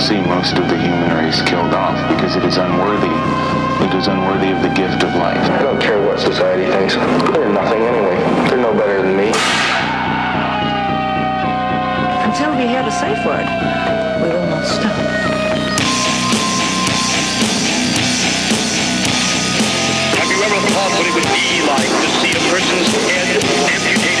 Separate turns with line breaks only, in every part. see most of the human race killed off because it is unworthy. It is unworthy of the gift of life.
I don't care what society thinks. They're nothing anyway. They're no better than me.
Until we hear the safe word, we will not stop.
Have you ever thought what it would be like to see a person's head amputated?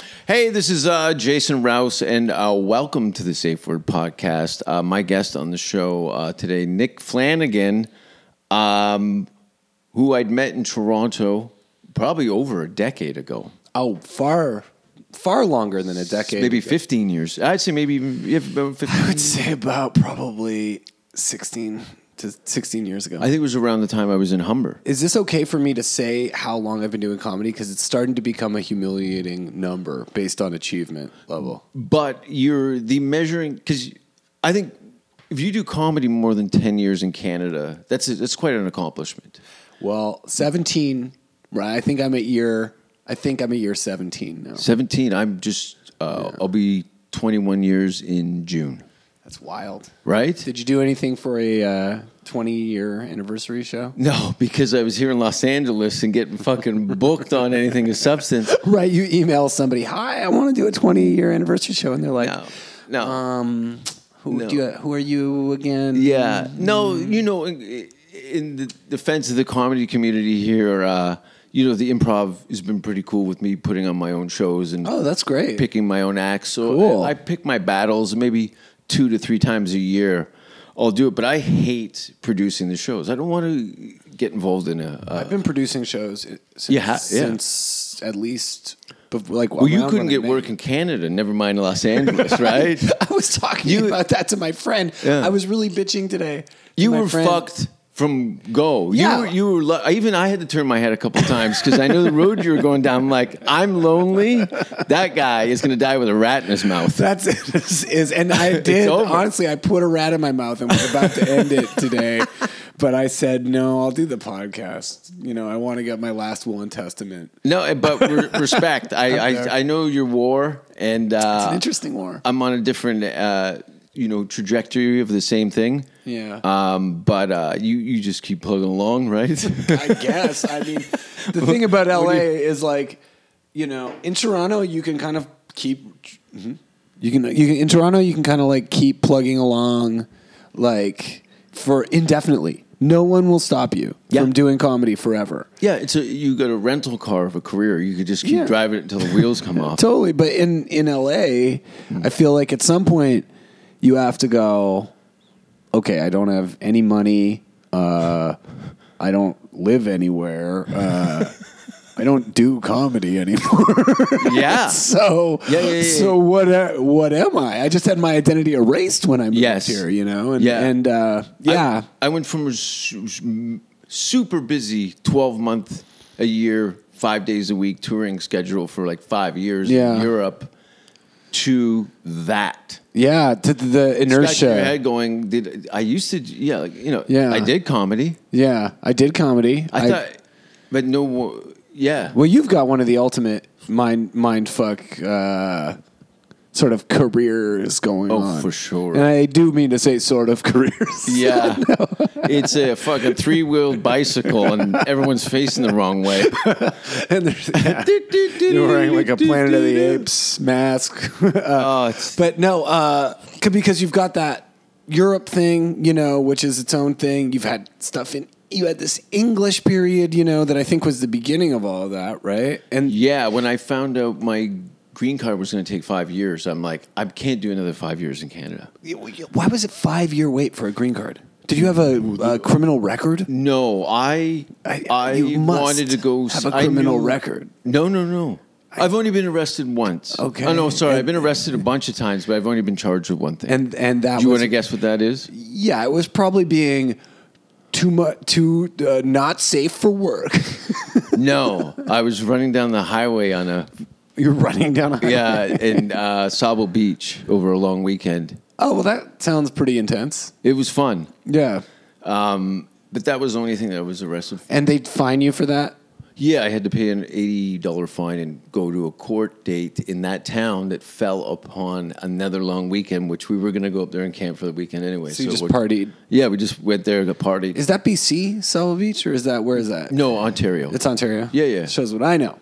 hey, this is uh, Jason Rouse, and uh, welcome to the Safe Word Podcast. Uh, my guest on the show uh, today, Nick Flanagan, um, who I'd met in Toronto probably over a decade ago,
Oh, far, far longer than a decade.
maybe
ago.
15 years. I'd say maybe even yeah, about 15.
I would say about probably 16 to 16 years ago.
I think it was around the time I was in Humber.
Is this okay for me to say how long I've been doing comedy? Because it's starting to become a humiliating number based on achievement level.
But you're the measuring because I think if you do comedy more than 10 years in Canada, that's a, that's quite an accomplishment.
Well, 17, right? I think I'm at year, I think I'm at year 17 now.
17. I'm just, uh, I'll be 21 years in June,
That's wild.
right?
Did you do anything for a uh, 20 year anniversary show?
no, because I was here in Los Angeles and getting fucking booked on anything of substance.
Right. You email somebody, hi, I want to do a 20 year anniversary show. And they're like,
No, no.
um, who,
No.
do you, who are you again?
yeah. No,
mm.
you know, in, in the defense of the comedy community here, uh, you know, the improv has been pretty cool with me putting on my own shows and
Oh, that's great.
picking my own acts. So
Cool.
I pick my battles maybe two to three times a year. I'll do it, but I hate producing the shows. I don't want to get involved in a. a
I've been producing shows i- since,
Yeah, ha- yeah.
since at least bef- like
well, you couldn't get work in Canada, never mind Los Angeles, right?
I was talking
You-
about that to my friend.
Yeah.
I was really bitching today. to
you
my
were
friend.
fucked from go.
Yeah.
You were, you were lo- even I had to turn my head a couple times because I knew the road you were going down. I'm like, I'm lonely. That guy is going to die with a rat in his mouth.
That's it. Is, is- and I did
over.
honestly. I put a rat in my mouth and was about to end it today, but I said no. I'll do the podcast. You know, I want to get my last will and testament.
No, eh, but re- respect. I,
Okay.
I I know your war, and uh,
It's an interesting war.
I'm on a different, uh, you know, trajectory of the same thing.
Yeah.
Um, but uh, you you just keep plugging along, right?
I guess. I mean, the thing about LA is like, you know, in Toronto you can kind of keep. hmm? You can you can in Toronto you can kind of like keep plugging along, like for indefinitely. No one will stop you
Yeah.
from doing comedy forever.
yeah, it's a, you got a rental car of a career. You could just keep
Yeah.
driving it until the wheels come off.
Totally, but in in LA, I feel like at some point you have to go. Okay, I don't have any money. Uh, I don't live anywhere. Uh, I don't do comedy anymore.
yeah.
so
Yeah, yeah, yeah,
so what a- what am I? I just had my identity erased when I moved
Yes.
here, you know. And
Yeah.
and uh, yeah,
I went from a su- su- super busy 12 month a year, five days a week touring schedule for like five years
Yeah.
in Europe to that.
yeah, to the, the
It's back in your
inertia.
head going, did I used to, yeah, like, you know,
Yeah.
I did comedy.
Yeah, I did comedy.
I, thought, but no, wo- yeah.
Well, you've got one of the ultimate mind mind fuck uh, sort of careers going
Oh,
on
for sure.
And I do mean to say sort of careers.
Yeah, it's a fucking three-wheeled bicycle, and everyone's facing the wrong way.
and there's, you're wearing like a Planet of the Apes mask.
Oh, it's,
But no, uh, c- because you've got that Europe thing, you know, which is its own thing. You've had stuff in. You had this English period, you know, that I think was the beginning of all of that, right? And
yeah, when I found out my green card was going to take five years, I'm like, I can't do another five years in Canada.
why was it five year wait for a green card? Did you have a, a criminal record?
No, I
I-
I,
you must
wanted to go
have a
I
criminal record.
No, no, no. I, have only been arrested once.
Okay.
Oh no, sorry.
And-
I've been arrested a bunch of times, but I've only been charged with one thing.
And and that
do you
was
want to guess what that is?
yeah, it was probably being too much too uh, not safe for work.
No, I was running down the highway on a
You're running down. A
yeah in uh, Sable Beach over a long weekend.
Oh well, that sounds pretty intense.
It was fun,
Yeah,
um, but that was the only thing that I was arrested for.
and they'd fine you for that.
Yeah, I had to pay an eighty dollar fine and go to a court date in that town that fell upon another long weekend, which we were going to go up there and camp for the weekend anyway.
So you just
we're-
partied.
Yeah, we just went there to party.
Is that BC Solo Beach or is that where is that?
no, Ontario.
it's Ontario.
Yeah, yeah.
Shows what I know.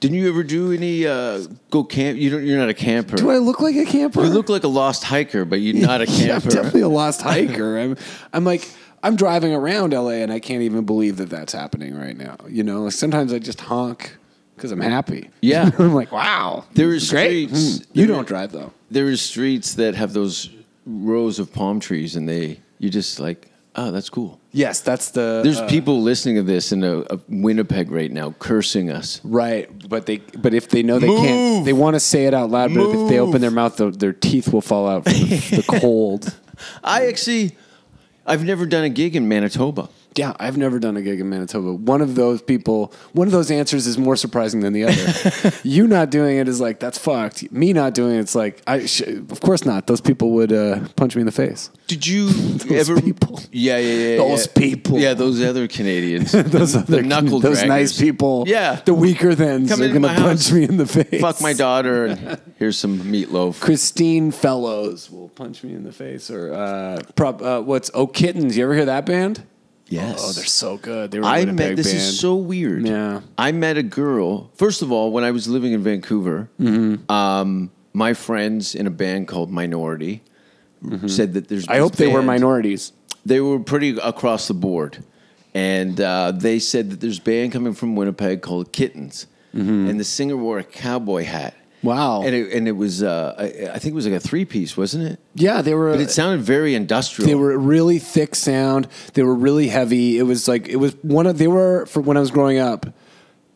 Didn't you ever do any uh, go camp? You don't, you're not a camper.
Do I look like a camper?
You look like a lost hiker, but you're not a
Yeah, I'm
camper.
definitely a lost hiker. I'm, I'm like, I'm driving around LA and I can't even believe that that's happening right now. You know, like sometimes I just honk because I'm happy.
Yeah.
I'm like, wow.
There
this
is
is great.
streets-
Hmm. You
there-
don't drive though.
there is streets that have those rows of palm trees, and they you just like, oh, that's cool.
Yes, that's the.
There's
uh,
people listening to this in uh uh Winnipeg right now cursing us.
Right, but they but if they know they
Move.
can't, they want to say it out loud. But if they open their mouth, the, their teeth will fall out from the, the cold.
I actually, I've never done a gig in Manitoba.
Yeah, I've never done a gig in Manitoba. One of those people, one of those answers is more surprising than the other. you not doing it is like that's fucked. Me not doing it's like I sh- of course not. Those people would uh, punch me in the face.
Did you
Those
ever?
people.
Yeah, yeah, yeah.
Those
yeah.
people.
Yeah, those other Canadians. those
They're- those nice people.
Yeah.
the weaker thans
Come
are
into
going to
my
punch
house.
me in the face.
Fuck my daughter. And here's some meatloaf.
Christine Fellows will punch me in the face, or uh, prob- uh, what's Oh Kittens? You ever hear that band?
Yes.
Oh, they're so good. They were a
I
Winnipeg
met this
band.
is so weird.
Yeah.
I met a girl. First of all, when I was living in Vancouver,
Mm-hmm.
um, my friends in a band called Minority said that there's.
Mm-hmm. I hope they were
minority
minorities.
they were pretty across the board. And uh, they said that there's a band coming from Winnipeg called Kittens, and the singer wore a cowboy hat.
Mm-hmm. Wow.
And it, and it was, uh, I, I think it was like a three piece, wasn't it?
Yeah, they were.
But it sounded very
Uh,
industrial.
They were a really thick sound. They were really heavy. It was like it was one of they were for when I was growing up.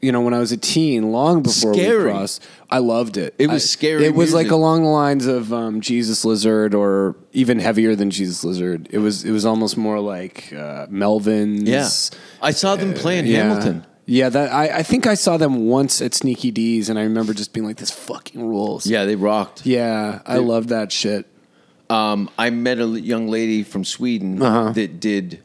You know, when I was a teen, long before
Scary.
we crossed, I loved it.
It was
I-
scary
It was like
music.
along the lines of um, Jesus Lizard, or even heavier than Jesus Lizard. It was it was almost more like uh, Melvin's.
Yeah. I saw them playing
Yeah.
Hamilton.
Yeah, that I, I think I saw them once at Sneaky D's, and I remember just being like, "This fucking rules."
Yeah, they rocked.
yeah, I loved that shit.
Um, I met a l- young lady from Sweden
Uh-huh.
that did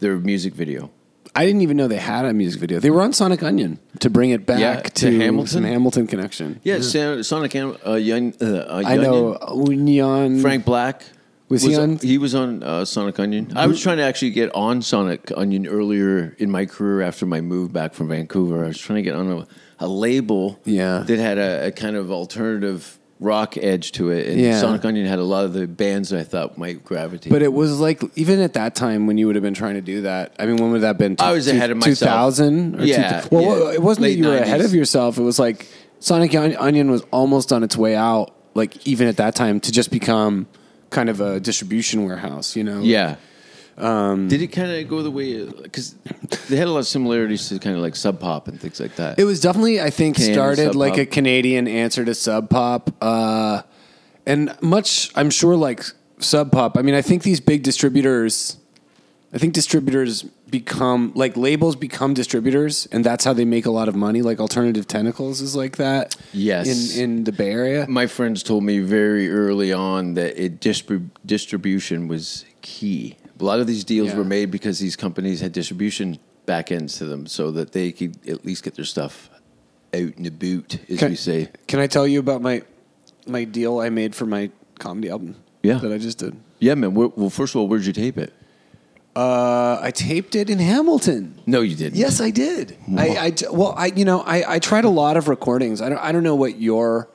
their music video.
I didn't even know they had a music video. They were on Sonic Onion to bring it back
Yeah,
to,
to Hamilton?
some Hamilton connection.
Yeah, Son- Sonic Ham- uh, Young. Uh, uh,
I know Union
Frank Black.
Was he on- Mm-hmm.
He was on uh, Sonic Onion. I was trying to actually get on Sonic Onion earlier in my career after my move back from Vancouver. I was trying to get on a, a label
Yeah.
that had a, a kind of alternative rock edge to it. And
Yeah.
Sonic Onion had a lot of the bands that I thought might gravitate.
But it was like even at that time when you would have been trying to do that. I mean, when would that have been?
I was ahead of myself.
Two thousand.
Yeah,
well,
yeah.
it wasn't
Late
that you were ahead
90s.
of yourself. It was like Sonic On- Onion was almost on its way out. Like even at that time to just become kind of a distribution warehouse. You know.
yeah.
Um,
Did it kind of go the way because they had a lot of similarities to kind of like Sub Pop and things like that?
It was definitely, I think,
Can, Sub
started like
Pop.
a Canadian answer to Sub Pop, uh, and much I'm sure like Sub Pop. I mean, I think these big distributors, I think distributors become like labels become distributors, and that's how they make a lot of money. Like Alternative Tentacles is like that.
Yes.
in in the Bay Area.
my friends told me very early on that it distrib- distribution was key. A lot of these deals
Yeah.
were made because these companies had distribution back ends to them, so that they could at least get their stuff out in the boot, as
Can-
we say.
Can I tell you about my my deal I made for my comedy album?
Yeah.
that I just did.
Yeah, man. Where, well, first of all, where'd you tape it?
Uh, I taped it in Hamilton.
No, you didn't.
Yes, I did. I, I t- well, I you know, I, I tried a lot of recordings. I don't I don't know what your.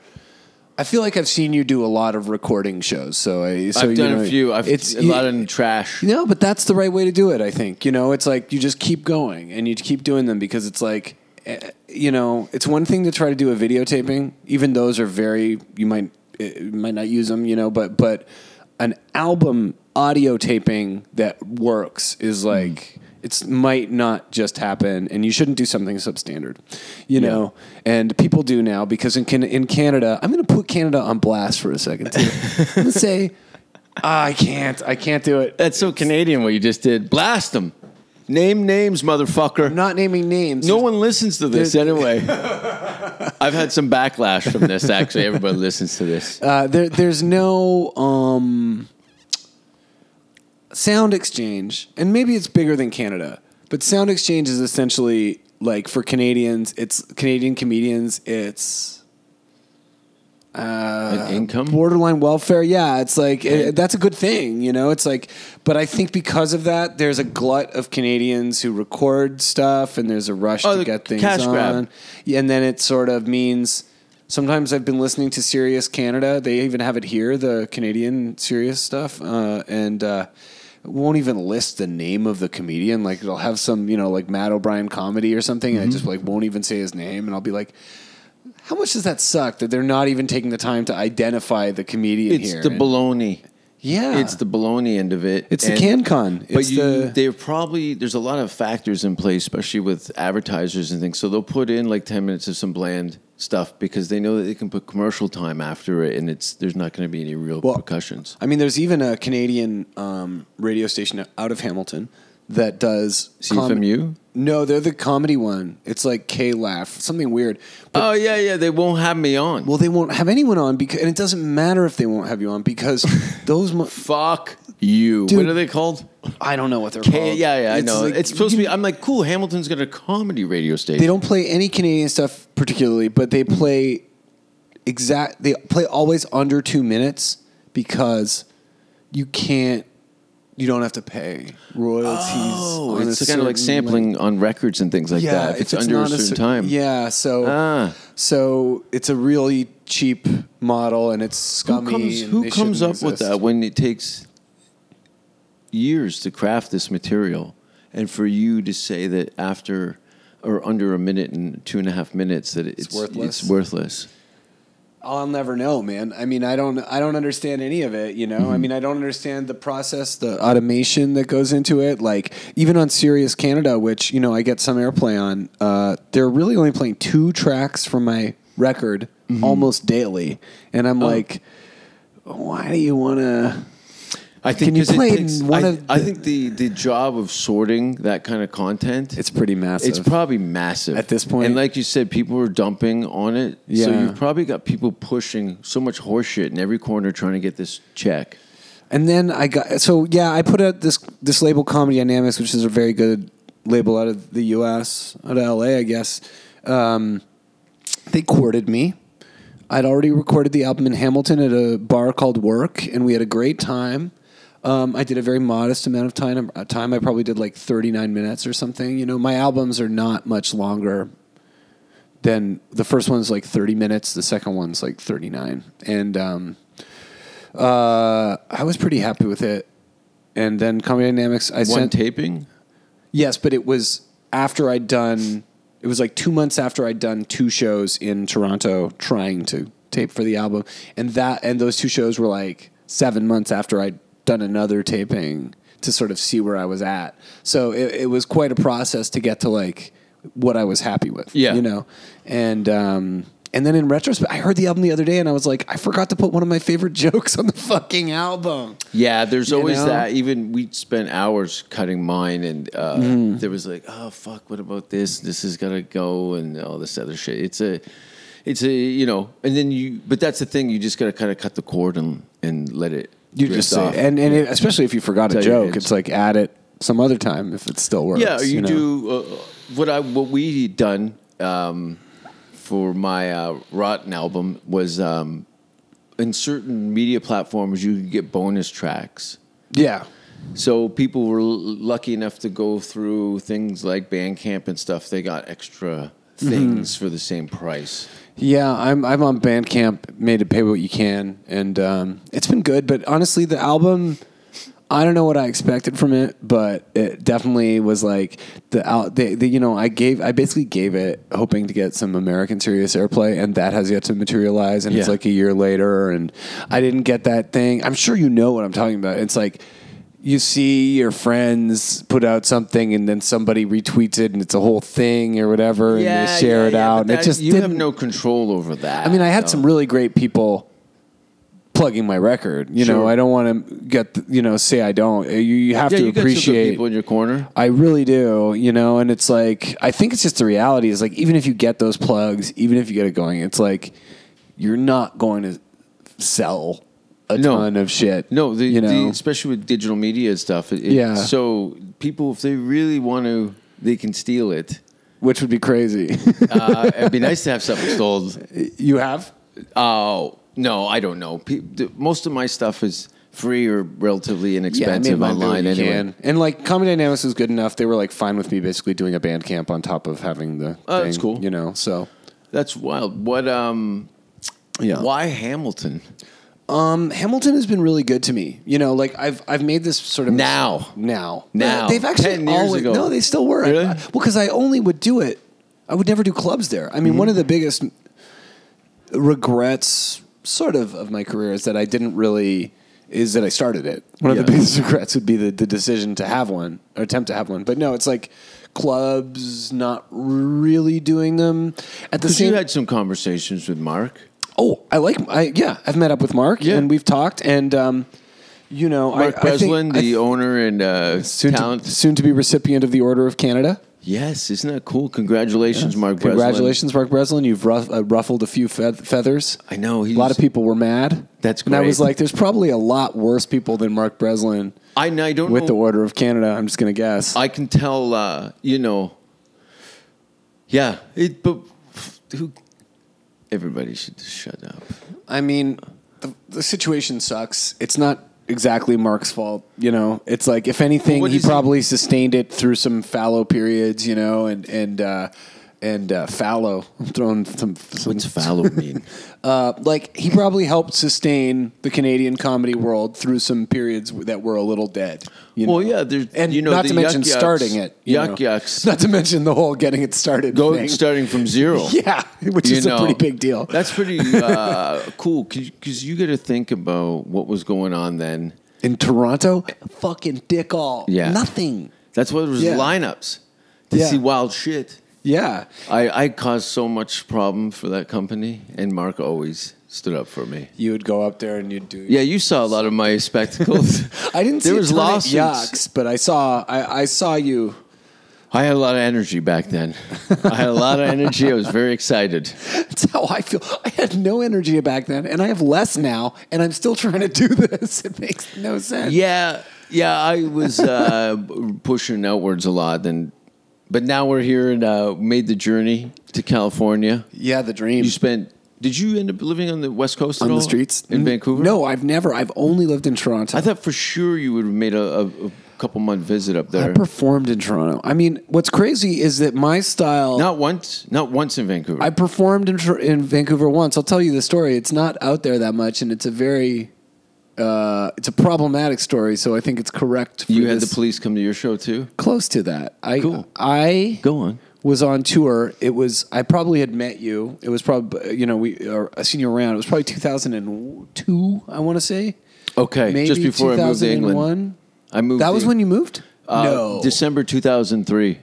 I feel like I've seen you do a lot of recording shows. So I so
I've
you
done
know,
a few. I've
it's
a lot in trash.
no, but that's the right way to do it. I think you know, it's like you just keep going and you keep doing them because it's like. eh, You know, it's one thing to try to do a videotaping. Even those are very you might eh, you might not use them. You know, but but an album audio taping that works is like it's might not just happen, and you shouldn't do something substandard. You know, and people do now because in Can- in Canada, I'm going to put Canada on blast for a second. Too. I'm going to say Ah, I can't. I can't do it.
That's so Canadian what you just did. Blast them. Name names, motherfucker.
I'm not naming names.
no one listens to this
There's-
anyway. I've had some backlash from this, actually. Everybody listens to this.
Uh, there, there's no um, sound exchange, and maybe it's bigger than Canada. But sound exchange is essentially like for Canadians, it's Canadian comedians, it's
An income?
borderline welfare. Yeah, it's like it, that's a good thing, you know. It's like, but I think because of that, there's a glut of Canadians who record stuff, and there's a rush
Oh,
to
the
get things
cash
on.
grab.
Yeah, and then it sort of means. Sometimes I've been listening to Sirius Canada. They even have it here, the Canadian Sirius stuff, uh, and. Uh, it won't even list the name of the comedian. Like it'll have some, you know, like Matt O'Brien comedy or something,
Mm-hmm.
and it just like won't even say his name. And I'll be like, how much does that suck that they're not even taking the time to identify the comedian
It's
here?
the baloney.
yeah,
It's the baloney end of it.
It's the
And-
CanCon.
But
It's
you,
the-
they're probably there's a lot of factors in place, especially with advertisers and things. So they'll put in like ten minutes of some bland stuff because they know that they can put commercial time after it, and it's there's not going to be any real
Well,
repercussions.
I mean, there's even a Canadian um, radio station out of Hamilton that does
CFMU?
no, they're the comedy one. It's like K Laugh, something weird. But
oh yeah, yeah. They won't have me on.
well, they won't have anyone on because, and it doesn't matter if they won't have you on because those. Mo-
Fuck you.
Dude.
what are they called?
I don't know what they're
K-
called.
yeah, yeah. I
It's
know.
like-
it's supposed to be. I'm like, cool. Hamilton's got a comedy radio station.
They don't play any Canadian stuff particularly, but they play exact. They play always under two minutes because you can't. You don't have to pay royalties.
Oh,
on a
it's kind of like
certain
sampling on records and things like
yeah,
that. If, it's, under a
not
certain
cer-
time.
Yeah, so
Ah.
so it's a really cheap model, and it's scummy.
Who comes,
and
who
they
comes up
shouldn't
with
exist.
that when it takes years to craft this material and for you to say that after or under a minute and two and a half minutes that it's,
worthless?
It's worthless.
I'll never know, man. I mean, I don't, I don't understand any of it. You know, I mean, I don't understand the process, the automation that goes into it. Like even on Sirius Canada, which you know I get some airplay on, uh, they're really only playing two tracks from my record almost daily, and I'm like, why do you want to?
I think
Can you
'cause it
play
takes-
in one
I,
of
I
the-
think the, the job of sorting that kind of content
It's pretty massive.
It's probably massive
At this point-
and like you said, people were dumping on it. So
Yeah.
you've probably got people pushing so much horseshit in every corner trying to get this check.
And then I got so yeah, I put out this this label Comedy Dynamics, which is a very good label out of the U.S. out of L.A. I guess. Um, they courted me. I'd already recorded the album in Hamilton at a bar called Work, and we had a great time. Um, I did a very modest amount of time. uh, Time I probably did like thirty nine minutes or something. You know, my albums are not much longer than the first one's like thirty minutes. The second one's like thirty nine, and um, uh, I was pretty happy with it. And then Comedy Dynamics, I
One
sent
taping?
yes, but it was after I'd done. It was like two months after I'd done two shows in Toronto trying to tape for the album, and that and those two shows were like seven months after I'd done another taping to sort of see where I was at. So it, it was quite a process to get to like what I was happy with.
Yeah.
you know, and. um and then in retrospect, I heard the album the other day, and I was like, I forgot to put one of my favorite jokes on the fucking album.
Yeah, there's
You
always
know?
that. Even we spent hours cutting mine, and uh,
Mm-hmm.
there was like, oh fuck, what about this? This is gotta go, and all this other shit. It's a, it's a, you know, and then you, but that's the thing. You just gotta kind of cut the cord and and let it.
You
drift
just say,
off.
and and it, especially if you forgot
Tell
a
your
joke,
kids.
it's like add it some other time if it still works.
Yeah, you,
know?
do uh, what I what we done um, for my uh, Rotten album was um, in certain media platforms you could get bonus tracks.
Yeah,
So people were l- lucky enough to go through things like Bandcamp and stuff. They got extra
Mm-hmm.
things for the same price.
yeah. I'm I'm on Bandcamp, made to pay what you can, and um, it's been good. But honestly, the album. I don't know what I expected from it, but it definitely was like the out. The, the, you know, I gave, I basically gave it hoping to get some American serious airplay, and that has yet to materialize. And it's
Yeah.
like a year later, and I didn't get that thing. I'm sure you know what I'm talking about. It's like you see your friends put out something, and then somebody retweets it, and it's a whole thing or whatever, and they share it out, and it just
you have
didn't.
no control over that.
I mean, I had some really great people plugging my record. You know,
Sure.
I don't want to get the- you know say I don't. eh, You, you have
Yeah,
to
you got some good
appreciate
people in your corner.
I really do, you know, and it's like I think it's just the reality is like even if you get those plugs, even if you get it going, it's like you're not going to sell a
No.
ton of shit.
No, the,
you
the,
know,
especially with digital media and stuff. It, it-
Yeah.
So people, if they really want to, they can steal it.
which would be crazy.
Uh, it'd be nice to have something stolen.
you have
Oh no, I don't know. Pe- the- most of my stuff is free or relatively
I made
inexpensive
mine do what
online
you
anyway.
can. And like Comedy Dynamics was good enough; they were like fine with me basically doing a band camp on top of having the.
Oh,
thing,
that's cool.
You know, so
That's wild. What? Um,
yeah.
Why Hamilton?
Hamilton has been really good to me. You know, like I've I've made this sort of
Now.
now,
Now.
They've actually
10 years
always
ago.
no, they still were.
Really?
I- well, because I only would do it. I would never do clubs there. I mean, one of the biggest regrets, sort of, of my career is that I didn't really is that I started it. One of the
Yeah.
biggest regrets would be the, the decision to have one or attempt to have one. But no, it's like clubs not really doing them at the
Because
same
you had some conversations with Mark.
Oh, I like. I yeah, I've met up with Mark,
Yeah.
and we've talked, and um, you know,
Mark
I, I think-
Breslin,
I
the
th-
owner and uh,
soon
talent.
to, soon to be recipient of the Order of Canada.
yes, isn't that cool? Congratulations, Mark. Breslin.
Congratulations, Mark Breslin. You've ruff, uh, ruffled a few fe- feathers.
I know,
a
he's-
lot of people were mad.
That's
And I
great.
was like, there's probably a lot worse people than Mark Breslin
I, and I don't
with
know.
the Order of Canada. I'm just gonna guess.
I can tell, uh, you know. Yeah, it, but who? Everybody should just shut up.
I mean, the, the situation sucks. It's not exactly Mark's fault, you know. It's like if anything,
What
he
is it?
probably sustained it through some fallow periods, you know, and and uh, and uh, fallow. I'm throwing some. some
What's fallow mean?
uh, like he probably helped sustain the Canadian comedy world through some periods that were a little dead. You
Well,
know?
yeah, there's-
and
you know,
not
the
to mention
yuck yucks-
starting it. you
yuck
know.
yucks.
Not to mention the whole getting it started.
Go
thing.
starting from zero.
Yeah, which
you
is a
know.
pretty big deal.
That's pretty uh, cool because you got to think about what was going on then.
In Toronto, fucking dick all.
Yeah.
Nothing.
That's what it was
Yeah.
lineups to
Yeah.
see wild shit.
Yeah.
I, I caused so much problem for that company, and Mark always stood up for me.
You would go up there and you'd do.
Yeah, you saw a lot of my spectacles.
I didn't see there
there was
a ton of
lawsuits.
yucks, but I saw I, I saw you.
I had a lot of energy back then. I had a lot of energy. I was very excited.
That's how I feel. I had no energy back then, and I have less now, and I'm still trying to do this. It makes no sense.
Yeah, yeah, I was uh, pushing outwards a lot, and but now we're here and uh, made the journey to California.
yeah the dream.
You spent. Did you end up living on the West Coast at
on
all?
the streets
in
N-
Vancouver?
No, I've never. I've only lived in Toronto.
I thought for sure you would have made a, a, a couple month visit up
I
there.
performed in Toronto. I mean, what's crazy is that my style.
not once. Not once in Vancouver.
I performed in, Tor- in Vancouver once. I'll tell you the story. It's not out there that much, and it's a very uh, it's a problematic story. So I think it's correct. For
you had the
this-
police come to your show too.
close to that. I
Cool.
I
Go on.
was on tour. It was I probably had met you. It was probably you know we or a senior round. It was probably two thousand and two. I want to say
Okay,
maybe
just before I moved to England.
2001?
I moved.
That was
to-
when you moved.
uh, December two thousand three.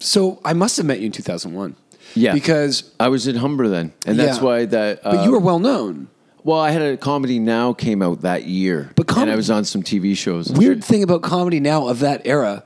so I must have met you in two thousand one.
Yeah.
because
I was in Humber then, and that's
Yeah.
why that. Uh,
but you were well known.
Well, I had a comedy now came out that year,
But
and
comedy-
I was on some TV shows. and
weird
shit.
thing about comedy now of that era,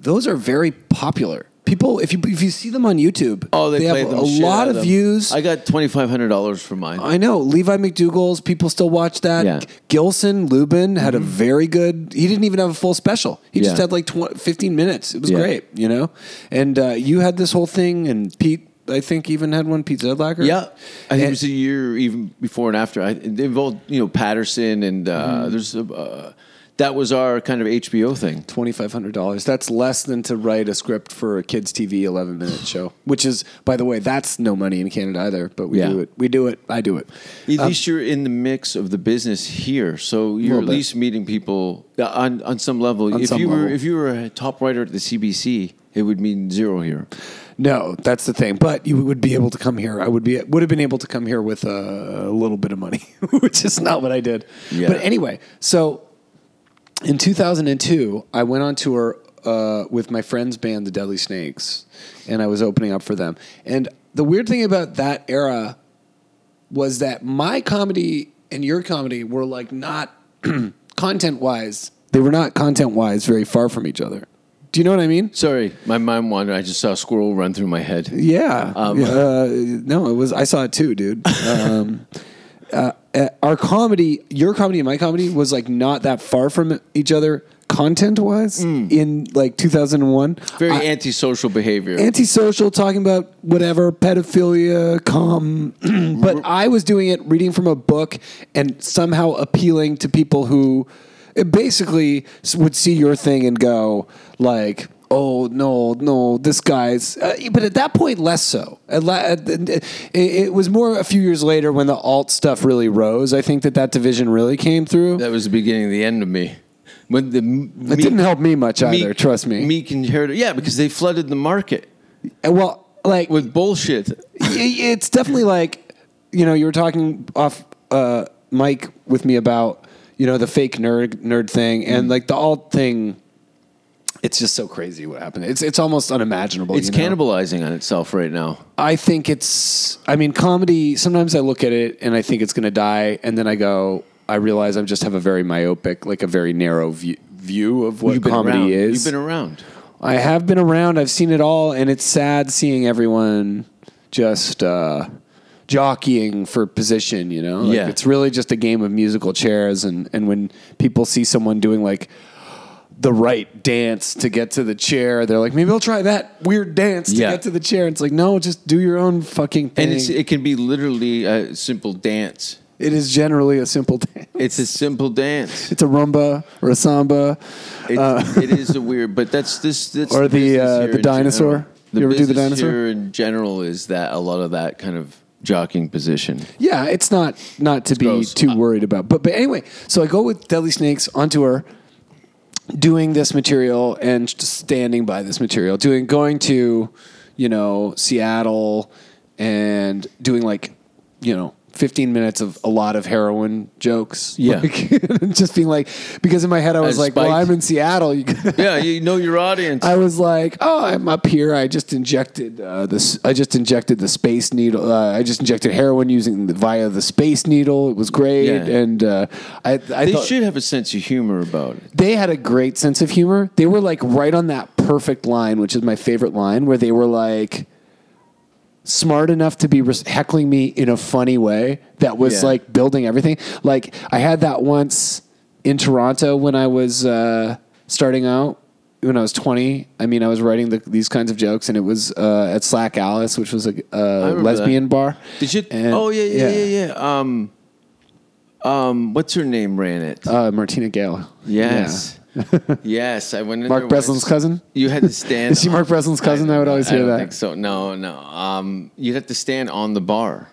those are very popular. People, if you if you see them on YouTube,
Oh, they, played
have
them
a
shit out
lot of
them.
views.
I
I,
got twenty five hundred dollars for mine.
know Levi McDougal's people still watch that.
Yeah. Mm-hmm.
Gilson Lubin had a very good. He didn't even have a full special. He just
Yeah.
had like 20, 15 minutes. It was
Yeah.
great, you know. And uh, you had this whole thing, and Pete, I think, even had one. Pete Zedlacker.
yeah, I think it
And-
was a year even before and after. I, they involved you know Patterson and uh,
Mm-hmm.
there's a, uh, that was our kind of HBO thing.
$2500 that's less than to write a script for a kids tv 11 minute show which is by the way that's no money in canada either but we
Yeah.
do it we do it i do it
At least you're in the mix of the business here, so you're
Little
at
bit.
least meeting people uh, on on some level.
On
if
some
you were
level.
if you were a top writer at the CBC, it would mean zero here.
no that's the thing but you would be able to come here i would be would have been able to come here with a, little bit of money which is not what i did
Yeah.
but anyway so in 2002 i went on tour uh, with my friend's band the deadly snakes and i was opening up for them and the weird thing about that era was that my comedy and your comedy were like not content wise. They were not content wise very far from each other. Do you know what I mean?
Sorry, my mind wandered. I just saw a squirrel run through my head.
Yeah.
Um,
uh, no, it was. I saw it too, dude. Um, uh, uh, our comedy, your comedy and my comedy, was like not that far from each other content wise in like 2001.
Very
I-
antisocial behavior.
antisocial, talking about whatever, pedophilia, cum. but I was doing it reading from a book and somehow appealing to people who uh, basically s- would see your thing and go, like, Oh no, no! This guy's, uh, but at that point, less so. At la- at- It it was more a few years later when the alt stuff really rose. I think that that division really came through.
that was the beginning of the end of me. When the
It didn't help me much either, trust me.
Meek inherited, yeah, because they flooded the market
And well, like
with bullshit.
it- it's definitely like you know you were talking off uh, mic with me about you know the fake nerd nerd thing
Mm-hmm.
and like the alt thing. It's just so crazy what happened. It's it's almost unimaginable.
It's
you know?
cannibalizing on itself right now.
I think it's. I mean, comedy. Sometimes I look at it and I think it's going to die, and then I go. I realize I just have a very myopic, like a very narrow view, view of what
You've been
comedy
around.
is.
You've been around.
I have been around. I've seen it all, and it's sad seeing everyone just uh, jockeying for position. You know, like
Yeah.
it's really just a game of musical chairs, and and when people see someone doing like the right dance to get to the chair, they're like, maybe I'll try that weird dance to
Yeah.
get to the chair. It's like, no, just do your own fucking thing.
And it's, it can be literally a simple dance.
it is generally a simple dance.
It's a simple dance.
It's a rumba or a samba.
It, it is a weird, but that's this. That's
Uh, Or the,
business
uh,
here
the
in general.
dinosaur?
The
You ever do the
business
dinosaur?
here in general is that a lot of that kind of jockeying position.
Yeah, it's not not to be
gross.
too worried about. But but anyway, so I go with Deadly Snakes on tour, doing this material and just standing by this material, doing going to, you know, Seattle, and doing like, you know. 15 minutes of a lot of heroin jokes.
Yeah.
Like, just being like, because in my head I was
As
like, well,
Spike-
I'm in Seattle. You
Yeah, you know your audience.
I was like, oh, I'm up here. I just injected uh, this. I just injected the space needle. Uh, I just injected heroin using the, via the space needle. It was great,
Yeah.
and uh, I, I
they
thought
should have a sense of humor about it.
they had a great sense of humor. They were like right on that perfect line, which is my favorite line, where they were like smart enough to be res- heckling me in a funny way that was
Yeah.
like building everything. Like I had that once in Toronto when I was uh, starting out. When I was 20, I mean, I was writing the, these kinds of jokes, and it was uh, at Slack Alice, which was a, a
remember
lesbian
that.
bar.
Did you?
And-
oh yeah, yeah, yeah, yeah. Um, um, what's her name ran it?
Uh, Martina Gale.
yes, yes. I went. In
Mark
there once.
Breslin's cousin?
You had to stand.
Is she Mark Breslin's cousin? I would always
I
hear
don't
that.
Think so no, no. Um, you'd have to stand on the bar.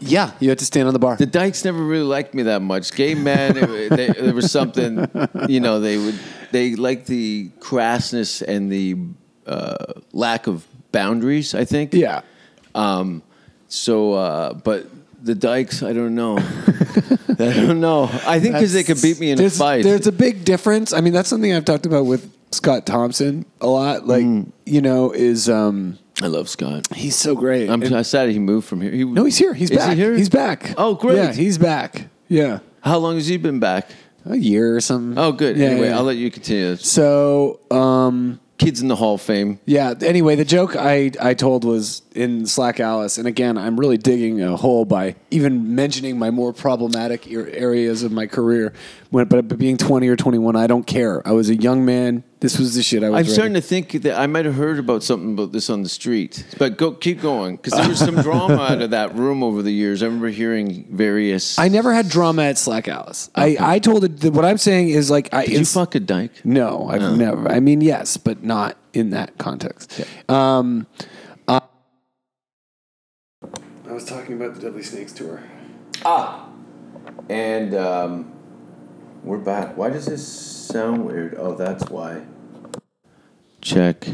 Yeah, you had to stand on the bar.
The Dykes never really liked me that much. Gay men, it, they, there was something, you know, they would they liked the crassness and the uh, lack of boundaries. I think.
yeah.
Um, so, uh, but the Dykes, I don't know. I don't know. I think because they could beat me in a
there's,
fight.
There's a big difference. I mean, that's something I've talked about with Scott Thompson a lot. Like,
Mm.
you know, is um,
I love Scott.
he's so great.
I'm,
And-
I sad he moved from here. He,
no, he's here. He's
Is he
back.
here?
He's back.
Oh, great.
Yeah, he's back. Yeah,
How long has he been back?
a year or something.
Oh, good.
Yeah,
anyway,
yeah.
I'll let you continue.
so, um,
Kids in the Hall of Fame.
yeah. Anyway, the joke I I told was in Slack Alice, and again, I'm really digging a hole by even mentioning my more problematic er- areas of my career. When, but being 20 or 21, I don't care. I was a young man. This was the shit I was.
I'm
ready
starting to think that I might have heard about something about this on the street, but go keep going because there was some drama out of that room over the years. I remember hearing various.
I never had drama at Slack Alice. I, I told it. That what I'm saying is like I.
Did you
it's-
fuck a dyke?
No, I've never. I mean, yes, but not in that context. Um, I was talking about the Deadly Snakes tour.
And um, we're back. Why does this sound weird? Oh, that's why. Check.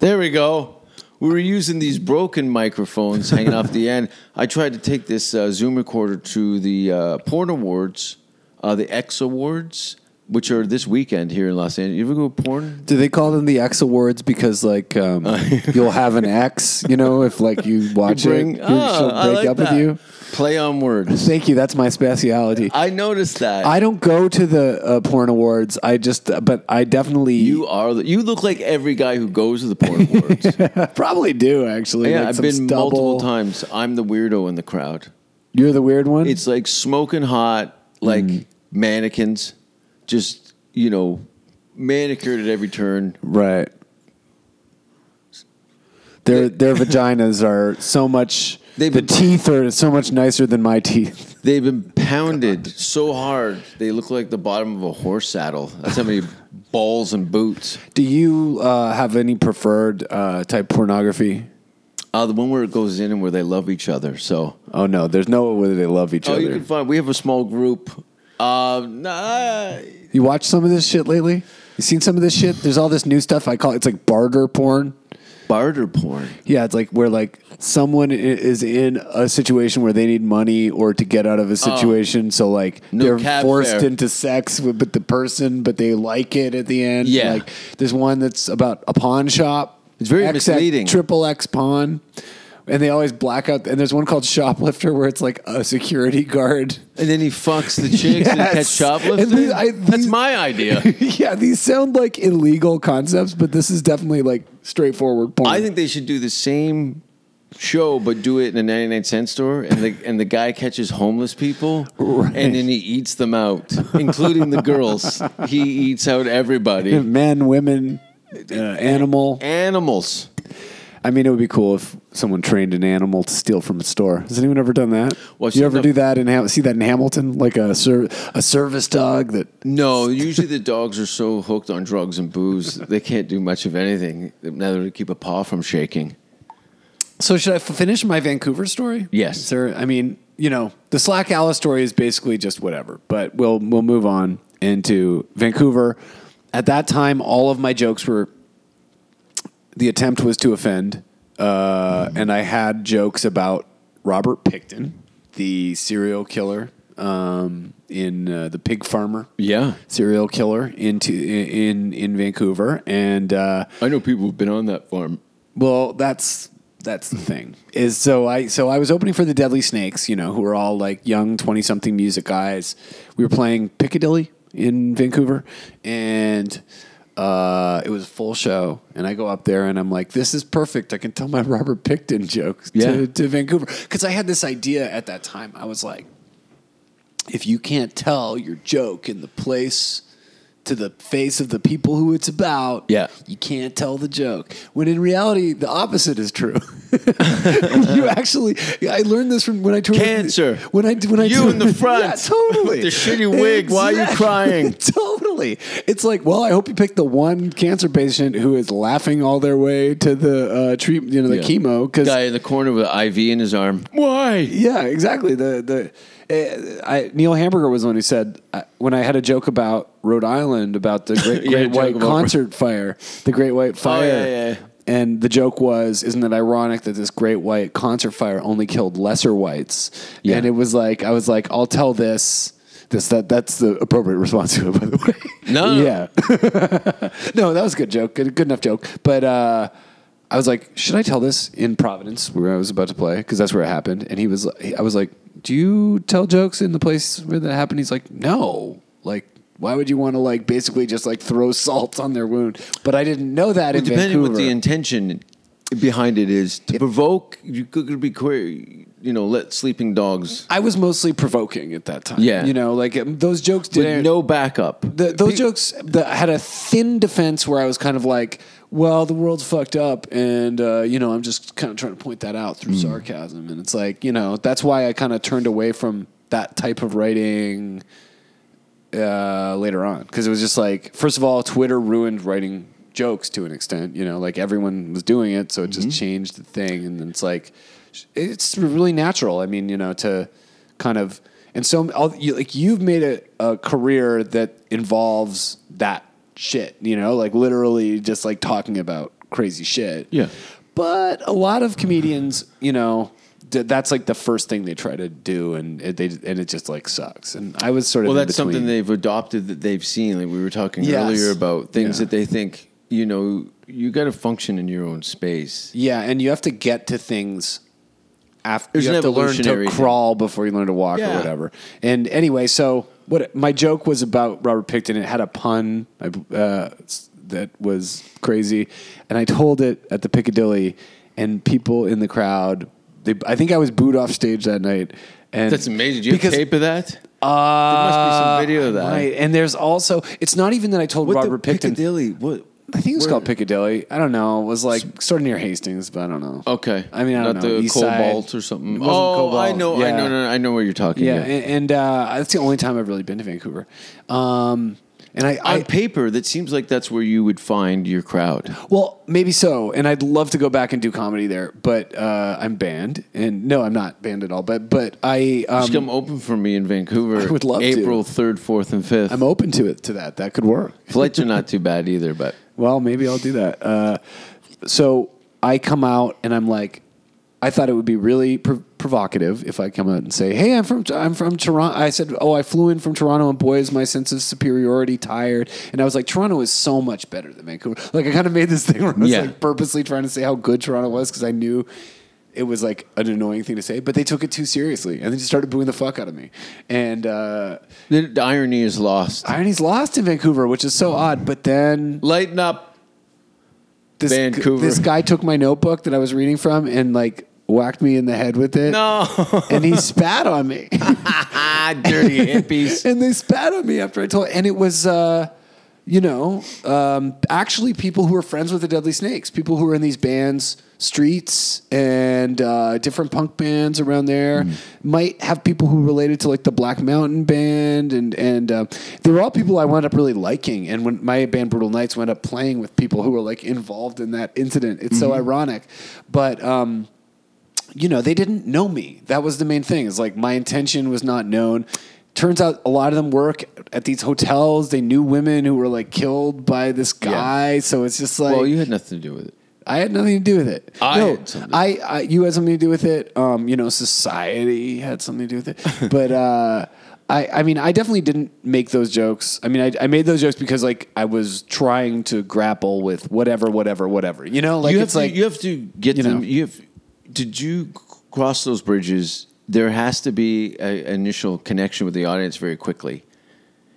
There we go. We were using these broken microphones hanging off the end. I tried to take this uh, Zoom recorder to the uh, Porn Awards, uh, the X Awards which are this weekend here in Los Angeles. You ever go to porn?
Do they call them the X Awards because like um, you'll have an X, you know, if like you watch it, you're- she'll
oh, Ah, I
break
like
up
that.
with you.
Play on words.
Thank you. That's my speciality.
I noticed that.
I don't go to the uh, porn awards. I just, uh, but I definitely
you are. You look like every guy who goes to the porn awards.
probably do actually.
yeah,
Like
I've
some
been
stubble-
multiple times. I'm the weirdo in the crowd.
You're the weird one.
It's like smoking hot, like
Mm.
mannequins, just you know, manicured at every turn.
Right. Their their vaginas are so much.
They've
the
been-
teeth are so much nicer than my teeth.
They've been pounded so hard they look like the bottom of a horse saddle. That's how many balls and boots.
Do you uh, have any preferred uh, type pornography?
Uh, the one where it goes in and where they love each other. So
Oh no, there's no way they love each
oh,
other.
you can
You,
find. We have a small group. Uh, nah,
watch some of this shit lately? You seen some of this shit? There's all this new stuff. I call it's like barter porn.
barter porn.
Yeah, it's like where like someone i- is in a situation where they need money or to get out of a situation, so like
Uh, No
they're
cab
forced
fare.
into sex with, with the person, but they like it at the end.
Yeah.
like there's one that's about a pawn shop.
It's very misleading.
Triple X pawn, and they always black out. And there's one called Shoplifter where it's like a security guard.
And then he fucks the chicks and
Yes.
catch shoplifting.
And these- I-
That's
these-
my idea.
yeah, these sound like illegal concepts, but this is definitely like straightforward porn.
I think they should do the same show, but do it in a ninety-nine cent store, and the and the guy catches homeless people, and then he eats them out, including the girls. He eats out everybody,
men, women, uh, animal.
animals.
I mean, it would be cool if someone trained an animal to steal from a store. Has anyone ever done that?
Well,
Do you ever
some-
do that and Ham- see that in Hamilton, like a ser- a service dog that?
No, usually the dogs are so hooked on drugs and booze they can't do much of anything. Neither to keep a paw from shaking.
So should I f- finish my Vancouver story?
Yes.
sir. I mean, you know, the Slack Alice story is basically just whatever, but we'll we'll move on into Vancouver. At that time, all of my jokes were the attempt was to offend, uh, and I had jokes about Robert Picton, the serial killer um, in uh, the pig farmer.
Yeah.
serial killer into in in Vancouver, and uh,
I know people who've been on that farm.
well, that's that's the thing. Is so I so I was opening for the Deadly Snakes, you know, who were all like young twenty something music guys. We were playing Piccadilly in Vancouver, and uh, it was a full show. And I go up there, and I'm like, "This is perfect. I can tell my Robert Picton jokes
Yeah.
to, to Vancouver." Because I had this idea at that time. I was like, "If you can't tell your joke in the place." to the face of the people who it's about,
Yeah.
you can't tell the joke. When in reality, the opposite is true. you actually, I learned this from when I toured. with-
Cancer.
When I when I
You
toured-
in the front
yeah, totally.
with the shitty wig, why are you
Exactly.
crying?
totally. It's like, well, I hope you pick the one cancer patient who is laughing all their way to the uh, treatment, you know, the
Yeah.
chemo, because
Guy in the corner with an IV in his arm. Why?
yeah, exactly. The the uh, I, Neil Hamburger was the one who said uh, when I had a joke about Rhode Island about the Great,
You had a
great
joke
White
about- Oh,
Concert Fire, the Great White Fire.
yeah, yeah.
And the joke was, isn't it ironic that this great white concert fire only killed lesser whites?
Yeah.
And it was like, I was like, I'll tell this. This that that's the appropriate response to it, by the way.
No, no, no.
yeah, no, that was a good joke. Good, good enough joke. But uh, I was like, should I tell this in Providence where I was about to play? Because that's where it happened. And he was, I was like, do you tell jokes in the place where that happened? He's like, no. Like, why would you want to like basically just like throw salt on their wound? But I didn't know that in
depending
Vancouver.
what the intention behind it is to provoke you could be queer you know let sleeping dogs
I was mostly provoking at that time.
Yeah.
you know, like um, those jokes
with
didn't.
no backup
the, those
Pe-
jokes that had a thin defense where I was kind of like, well, the world's fucked up, and uh, you know, I'm just kind of trying to point that out through sarcasm, and it's like, you know, that's why I kind of turned away from that type of writing uh, later on because it was just like, first of all, Twitter ruined writing jokes to an extent, you know, like everyone was doing it, so it
Mm-hmm.
just changed the thing, and then it's like, it's really natural. I mean, you know, to kind of and so all, you, like you've made a, a career that involves that shit, you know, like literally just like talking about crazy shit.
Yeah.
But a lot of comedians, you know, d- that's like the first thing they try to do, and it, they and it just like sucks. And I was sort of
Well,
in
that's
between.
something they've adopted that they've seen. Like we were talking
Yes.
earlier about things
Yeah.
that they think, you know, you got to function in your own space.
Yeah, and you have to get to things after
There's
you
an
have to learn to
evolutionary thing.
crawl before you learn to walk
Yeah.
or whatever. And anyway, so what my joke was about Robert Picton. It had a pun I, uh, s- that was crazy, and I told it at the Piccadilly, and people in the crowd. They, I think I was booed off stage that night. And
That's amazing. Do you have
because-
tape of that?
Uh,
There must be some video of that.
Right. And there's also, it's not even that I told
What the
Robert Picton.
Piccadilly? What?
I think it was
Where-
called Piccadilly. I don't know. It was like sort of near Hastings, but I don't know.
Okay.
I mean, I don't
Not
know.
the
East side.
Cobalt or something.
It wasn't
Oh, I
Cobalt.
know. I
Yeah.
know. No, no, I know where you're talking.
Yeah,
Yeah.
and, and uh, that's the only time I've really been to Vancouver. Um, and I,
On
I,
paper, that seems like that's where you would find your crowd.
well, maybe so. And I'd love to go back and do comedy there, but uh, I'm banned. And no, I'm not banned at all. But but I,
Just
um,
come open for me in Vancouver.
I would love to.
April third, fourth, and fifth.
I'm open to it to that. That could work.
Flights are not too bad either, but
Well, maybe I'll do that. Uh, so I come out and I'm like, I thought it would be really prov- provocative if I come out and say, "Hey, I'm from I'm from Toronto." I said, "Oh, I flew in from Toronto, and boy, is my sense of superiority tired." And I was like, "Toronto is so much better than Vancouver." Like I kind of made this thing where I was
Yeah.
like purposely trying to say how good Toronto was because I knew it was like an annoying thing to say, but they took it too seriously and they just started booing the fuck out of me. And uh,
the, the irony is lost.
irony's lost in Vancouver, which is so odd. But then
Lighten up.
this,
Vancouver.
This guy took my notebook that I was reading from and like whacked me in the head with it.
No, Ah,
And he spat on me.
dirty hippies.
and they spat on me after I told and it was uh you know, um, actually, people who were friends with the Deadly Snakes, people who were in these bands, Streets, and uh, different punk bands around there, might have people who related to like the Black Mountain Band, and and uh, they were all people I wound up really liking. And when my band Brutal Knights wound up playing with people who were like involved in that incident, it's so ironic. But um, you know, they didn't know me. That was the main thing. It's like my intention was not known. Turns out a lot of them work at these hotels. They knew women who were like killed by this guy. So it's just like
Well, you had nothing to do with it.
I had nothing to do with it.
I
no,
had something.
I, I you had something to do with it. Um, you know, society had something to do with it. But uh, I, I mean, I definitely didn't make those jokes. I mean, I, I made those jokes because like I was trying to grapple with whatever, whatever, whatever. You know, like
you have
it's
to,
like
you have to get
you
them.
know.
You have. Did you c- cross those bridges? There has to be an initial connection with the audience very quickly.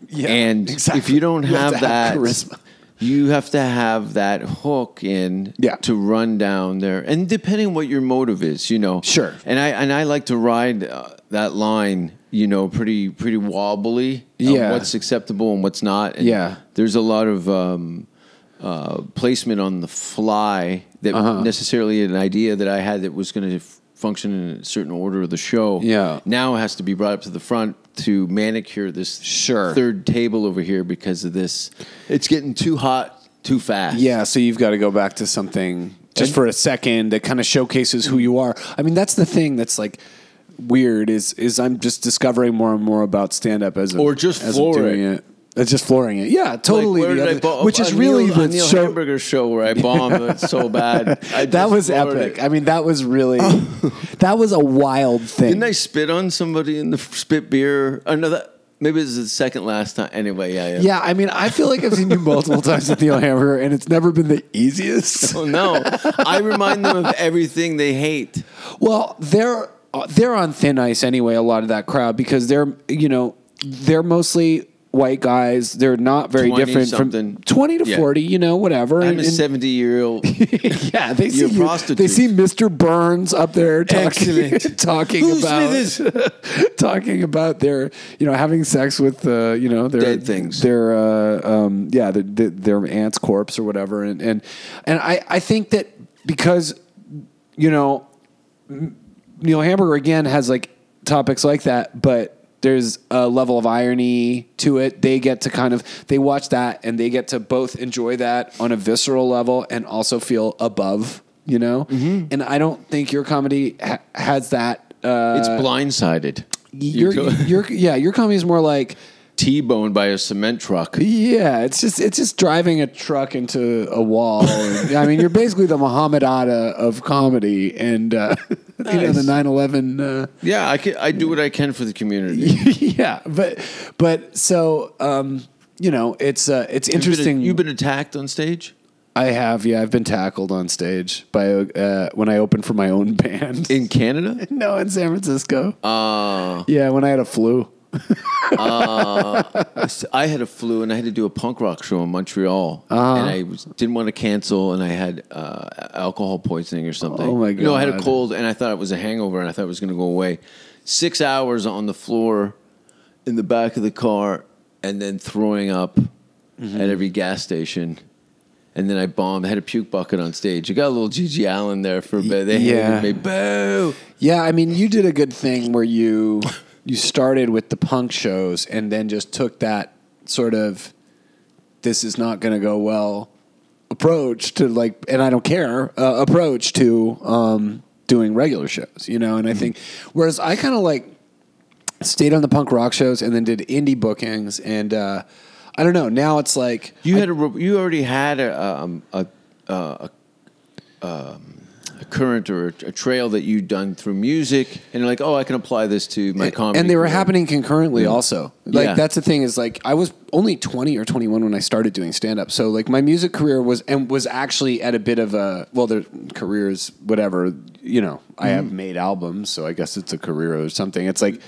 yeah,
and if you don't have,
to
that
charisma.
you have to have that hook in
Yeah.
to run down there and depending what your motive is you know
Sure.
and i and i like to ride uh, that line you know pretty pretty wobbly of
Yeah.
what's acceptable and what's not And
Yeah.
there's a lot of um uh, placement on the fly that
Uh-huh.
necessarily an idea that I had that was going to f- function in a certain order of the show.
Yeah.
Now has to be brought up to the front to manicure this
Sure.
third table over here because of this. It's getting too hot too fast.
Yeah, so you've got to go back to something just for a second that kind of showcases who you are. I mean, that's the thing that's like weird is is I'm just discovering more and more about stand up as I'm-
Or just
as
floor
I'm doing
it.
it. It's just flooring it. Yeah, totally.
Like, where
the
did I
other-
bo-
which is
on
really
Neil,
the
on Neil
show.
Hamburger show where I bombed it so bad. I
that
just
was
floored
epic.
it.
I mean, that was really that was a wild thing.
Didn't I spit on somebody in the f- spit beer? Oh, no, that maybe this is the second last time. Anyway, yeah, yeah.
yeah, I mean, I feel like I've seen you multiple times with Neil Hamburger, and it's never been the easiest.
Oh no! I remind them of everything they hate.
Well, they're uh, they're on thin ice anyway. A lot of that crowd because they're you know they're mostly white guys. They're not very
20
different
something.
from twenty to
Yeah.
forty. You know, whatever.
I'm
And-
a
and-
70 year old.
yeah, they see
You're
you-
a
They
prostitute.
see Mr. Burns up there talking,
Excellent.
talking
Who's
about uh,
this?
talking about their you know having sex with uh, you know their
Dead things.
their uh, um, yeah their, their, their aunt's corpse or whatever and and and I I think that because you know M- Neil Hamburger again has like topics like that but. There's a level of irony to it. They get to kind of they watch that and they get to both enjoy that on a visceral level and also feel above, you know.
Mm-hmm.
And I don't think your comedy ha- has that. Uh,
It's blindsided.
your,
go-
your, yeah, your comedy is more like,
T-boned by a cement truck.
yeah, it's just it's just driving a truck into a wall. And, I mean, you're basically the Muhammad Atta of comedy, and uh, you know, the
Nice.
9/11. Uh,
Yeah, I can, I do what I can for the community.
yeah, but but so um, you know, it's uh, it's interesting.
You've been, attacked on stage.
I have, yeah, I've been tackled on stage by uh, when I opened for my own band.
In Canada?
no, in San Francisco.
Uh,
yeah, when I had a flu.
I had a flu and I had to do a punk rock show in Montreal.
Uh-huh.
And I was, didn't want to cancel and I had uh, alcohol poisoning or something.
Oh, my
No, I had a
God.
cold and I thought it was a hangover and I thought it was going to go away. Six hours on the floor in the back of the car and then throwing up
Mm-hmm.
at every gas station. And then I bombed, had a puke bucket on stage. You got a little Gigi Allen there for a bit. They
Yeah.
hated me. Boo!
Yeah, I mean, you did a good thing where you you started with the punk shows and then just took that sort of this is not going to go well approach to like and I don't care uh, approach to um doing regular shows, you know, and I think whereas I kind of like stayed on the punk rock shows and then did indie bookings and uh I don't know, now it's like
You had a re- you already had a um, a, a, a, um, a current or a, a trail that you'd done through music, and you're like, oh, I can apply this to my comedy.
And they were
career.
happening concurrently also. Like
Yeah.
that's the thing is like I was only 20 or 21 when I started doing stand up. So like my music career was and was actually at a bit of a well their careers whatever, you know. I
Mm-hmm.
have made albums, so I guess it's a career or something. It's like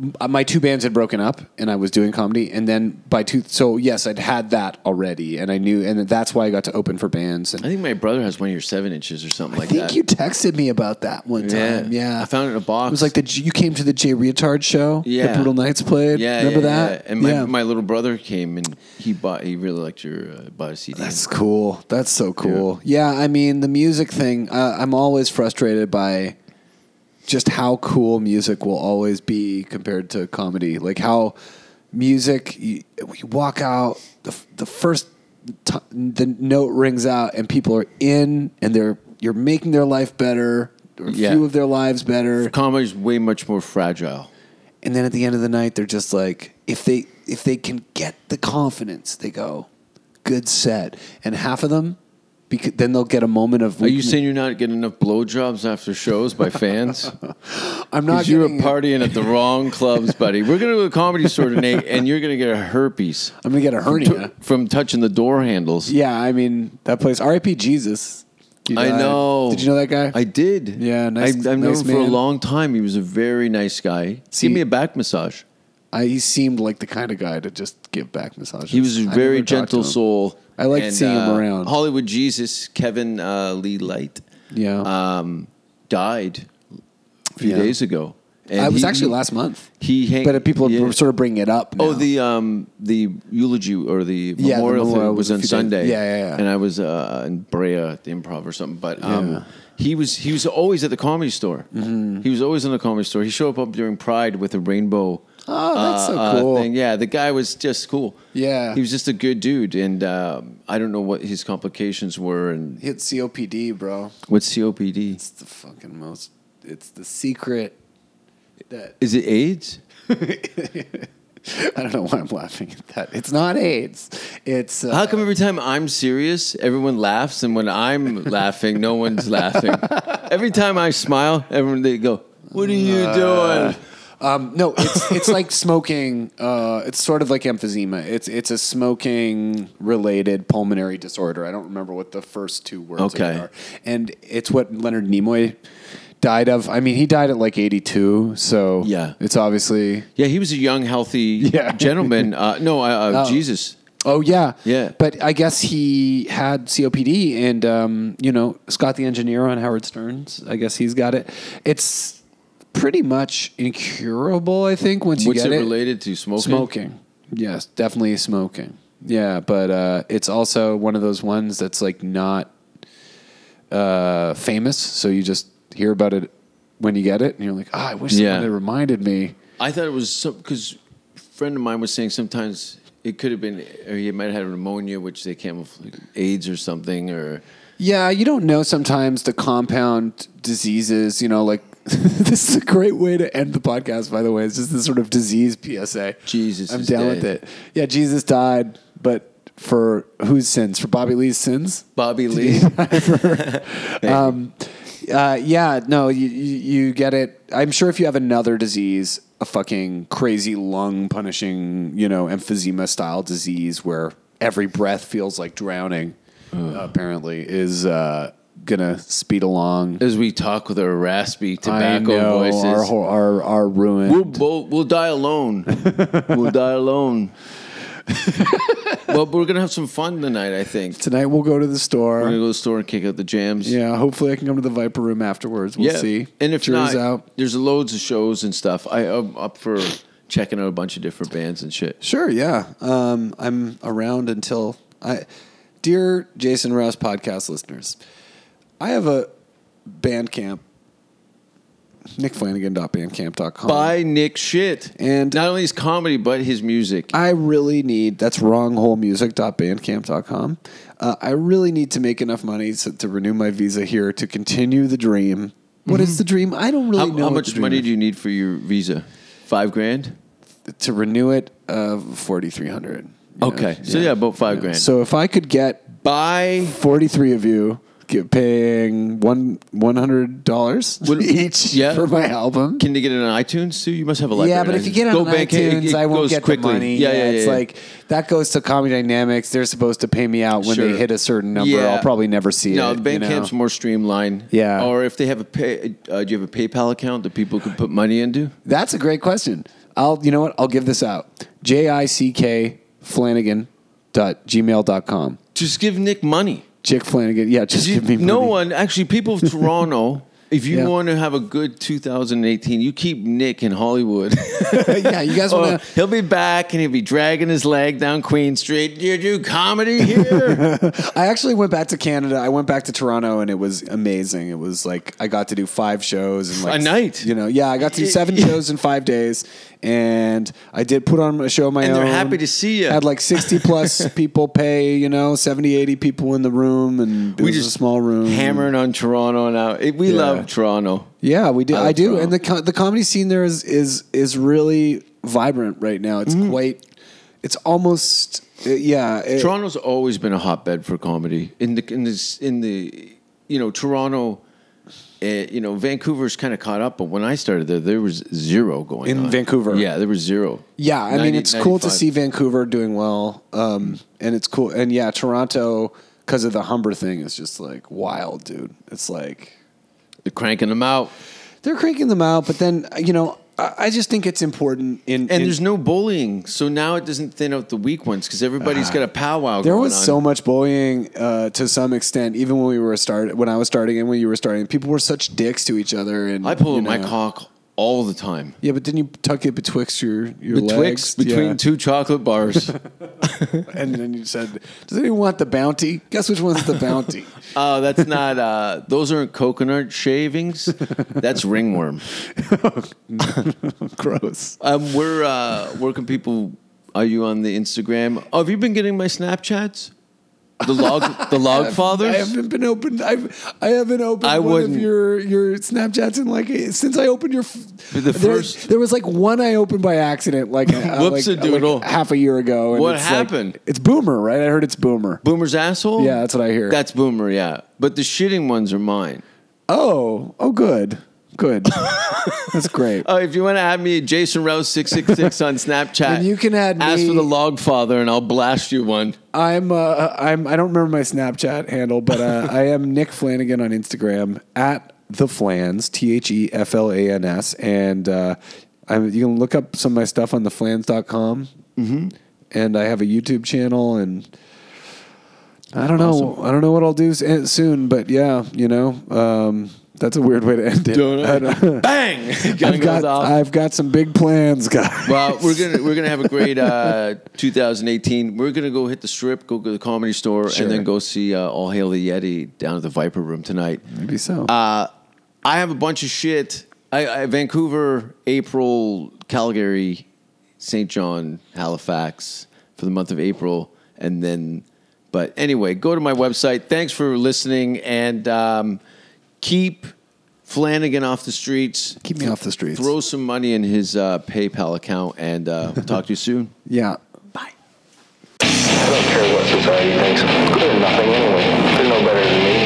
m- my two bands had broken up and I was doing comedy and then by two so yes, I'd had that already and I knew and that's why I got to open for bands and
I think my brother has one of your seven inches or something
I
like
think
that.
you texted me about that one
Yeah.
time. Yeah,
I found it in a box.
It was like the J- you came to the Jay Retard show.
Yeah.
that Brutal Knights played.
yeah,
remember
yeah,
that?
Yeah. And my, my little brother came and he bought. He really liked your uh, bought a CD.
That's cool. That's so cool. Yeah, I mean the music thing. Uh, I'm always frustrated by just how cool music will always be compared to comedy. Like how music, you, you walk out the f- the first t- the note rings out and people are in and they're you're making their life better. Or a
Yeah.
few of their lives better.
Comedy's way much more fragile.
and then at the end of the night they're just like if they if they can get the confidence they go good set and half of them because then they'll get a moment of
Are you saying you're not getting enough blowjobs after shows by fans?
i'm not
Because you were
getting-
partying at the wrong clubs, buddy. We're going to a comedy store tonight, and you're going to get a herpes
i'm gonna get a hernia
t- from touching the door handles.
yeah i mean that place rip jesus He
I
died.
know.
did you know that guy
I did.
Yeah, nice-
I, I've known
nice
him for a
man.
long time. He was a very nice guy.
See-
Give me a back massage.
I- he seemed like the kind of guy to just give back massages
He was
I
a
never
very
talked to
gentle
him.
soul.
I liked seeing him
uh,
around.
Hollywood Jesus, Kevin uh, Lee Light,
yeah
um, died a few
Yeah.
days ago. And
i was
he-
actually last month
He hang-
but people
yeah.
are sort of bringing it up now.
Oh, the um, the eulogy or the
Yeah, the
memorial thing
memorial
was,
was a
on
few days-
Sunday.
yeah, yeah, yeah.
And I was uh, in Brea at the Improv or something. But um,
Yeah. Mm-hmm.
he was he was always at the comedy store. He was always in the comedy store. He showed up during Pride with a rainbow.
Oh, that's so
uh,
cool.
thing. Yeah, the guy was just cool.
Yeah.
he was just a good dude, and um, I don't know what his complications were and
he had copd bro
what COPD
It's the fucking most. It's the secret that
is it AIDS?
I don't know why I'm laughing at that. It's not AIDS. It's uh,
How come every time I'm serious, everyone laughs, and when I'm laughing, no one's laughing? Every time I smile, everyone they go, "What are you doing?"
um, no. It's it's like smoking. Uh, it's sort of like emphysema. It's it's a smoking related pulmonary disorder. I don't remember what the first two words of it
Okay.
are, and it's what Leonard Nimoy died of. I mean, he died at like 82, so
Yeah.
it's obviously
Yeah, he was a young, healthy
Yeah.
gentleman. Uh, no, uh, uh,
Oh.
Jesus.
Oh yeah,
Yeah.
But I guess he had COPD, and um, you know Scott the engineer on Howard Stern's. I guess he's got it. It's pretty much incurable. I think once you
What's
get
it
it,
related to? Smoking.
smoking. Yes, definitely smoking. Yeah, but uh, it's also one of those ones that's like not uh, famous, so you just hear about it when you get it, and you're like, oh, I wish
Yeah.
someone had reminded me.
I thought it was because a friend of mine was saying sometimes it could have been, or he might have had pneumonia, which they camouflage AIDS or something, or
Yeah, you don't know sometimes the compound diseases, you know, like this is a great way to end the podcast, by the way. It's just this sort of disease PSA.
Jesus
I'm
is
down
dead.
with it. Yeah, Jesus died, but for whose sins? For Bobby Lee's sins?
Bobby Lee.
Uh, yeah, no, you, you you get it. I'm sure if you have another disease, a fucking crazy lung punishing, you know, emphysema style disease where every breath feels like drowning, apparently, is uh, gonna speed along.
As we talk with our raspy
I
tobacco
know
voices,
our hor- our our ruin.
we'll, we'll, we'll die alone. we'll die alone. but we're gonna have some fun tonight. I think
Tonight we'll go to the store.
we're gonna go to the store and kick out the jams.
Yeah, hopefully I can come to the Viper Room afterwards. We'll see.
And if
Jury's
not,
out.
there's loads of shows and stuff. I, I'm up for checking out a bunch of different bands and shit.
Sure, yeah. Um, I'm around until I dear Jason Rouse podcast listeners, I have a Bandcamp, nickflanagan.bandcamp.com.
Buy Nick shit,
And-
not only his comedy but his music.
I really need that's wrongholemusic.bandcamp.com. Uh, I really need to make enough money to, to renew my visa here to continue the dream. What is the dream? I don't really
Mm-hmm.
know.
how, how much money do you need for your visa? Five grand.
you to renew it? Uh, forty three hundred.
Okay, so yeah, about five grand.
So if I could get
buy
43 of you get paying one $100
Would-
each
yeah.
for my album.
Can they get it on iTunes too? You must have a library.
yeah, but if you get it
Go
on
Bandcamp,
iTunes,
it
I won't
goes
get
quickly.
the money.
Yeah, yeah, yeah.
It's
yeah.
like that goes to Comedy Dynamics. They're supposed to pay me out when
Sure.
they hit a certain number.
Yeah.
I'll probably never see
no,
it. you know?
Bandcamp's more streamlined.
Yeah.
Or if they have a pay, uh, do you have a PayPal account that people could put money into?
That's a great question. I'll you know what? I'll give this out. J I C K Flanagan dot gmail.com.
Just give Nick money.
Jick Flanagan. Yeah, just
You-
give me
no
money.
one actually people of toronto if you
Yeah.
want to have a good 2018 you keep nick in hollywood
yeah, you guys
Oh,
want to
he'll be back and he'll be dragging his leg down queen street do you do comedy here
I actually went back to Canada. I went back to Toronto, and it was amazing. It was like I got to do five shows in like
A night.
You know, yeah, I got to do seven shows in five days, and I did put on a show of my
And
own.
they're happy to see you.
Had like sixty plus people pay. You know, 70, 80 people in the room, and it was a small room.
hammering on toronto now It- we
Yeah.
love toronto
Yeah, we do.
I
I,
love
do,
Toronto.
and the co- the comedy scene there is is is really vibrant right now. It's
Mm-hmm.
quite. It's almost. uh, yeah. it-
Toronto's always been a hotbed for comedy. In the in this in the you know Toronto, uh, you know Vancouver's kind of caught up, but when I started there, there was zero going
In
on.
Vancouver?
Yeah, there was zero.
Yeah, I mean
90
it's cool to
95.
see Vancouver doing well, um, and it's cool, and yeah, Toronto because of the Humber thing is just like wild, dude. It's like
They're cranking them out,
they're cranking them out, but then you know I, I just think it's important. In
and
in-
there's no bullying, so now it doesn't thin out the weak ones because everybody's got a powwow.
Uh-huh. there
going
was
on.
so much bullying uh, to some extent, even when we were start when I was starting and when you were starting, people were such dicks to each other. And
I pull
you
up my
know.
cock all the time.
Yeah, but didn't you tuck it betwixt your your legs?
Betwixt between
Yeah.
two chocolate bars.
and then you said, "Does anyone want the bounty? Guess which one's the bounty."
Oh, that's not. Uh, those aren't coconut shavings. That's ringworm.
Gross.
Um, where uh, where can people? Are you on the Instagram? Oh, have you been getting my Snapchats? The log, the log
I
fathers.
haven't been opened. I've I haven't opened
I
one
wouldn't.
of your your Snapchats in like a- since I opened your f-
The
there,
first-
There was like one I opened by accident, like uh, like-
Whoops-a-doodle.
like half a year ago. and
What
it's, like-
happened?
it's Boomer, right? I heard it's Boomer.
Boomer's asshole.
Yeah, that's what I hear.
That's Boomer. Yeah, but the shitting ones are mine.
oh, oh, good, good. that's great.
Oh, if you want to add me, Jason Rouse six six six on Snapchat,
And you can add
ask
me-
for the log father, and I'll blast you one.
I'm uh, I'm I don't remember my Snapchat handle, but uh, I am Nick Flanagan on Instagram at the Flans T H E F L A N S, and uh, I'm, you can look up some of my stuff on theflans.com. Mm-hmm. And I have a YouTube channel, and I don't know I don't know what I'll do s- eh, soon, but yeah, you know um, that's a weird way to end it.
Don't I?
I don't-
Bang! Gun
I've
goes
got
off.
I've got some big plans, guys.
Well, we're gonna we're gonna have a great uh, 2018. We're gonna go hit the strip, go to the comedy store,
Sure.
and then go see uh, All Hail the Yeti down at the Viper Room tonight.
Maybe so.
Uh, I have a bunch of shit. I, I Vancouver, April, Calgary, St. John, Halifax for the month of April, and then. But anyway, go to my website. Thanks for listening, and um, keep Flanagan off the streets.
Keep me off the streets.
Throw some money in his uh, PayPal account, and uh, we'll talk to you soon.
yeah.
I don't care what society thinks. They're nothing anyway. They're no better than me.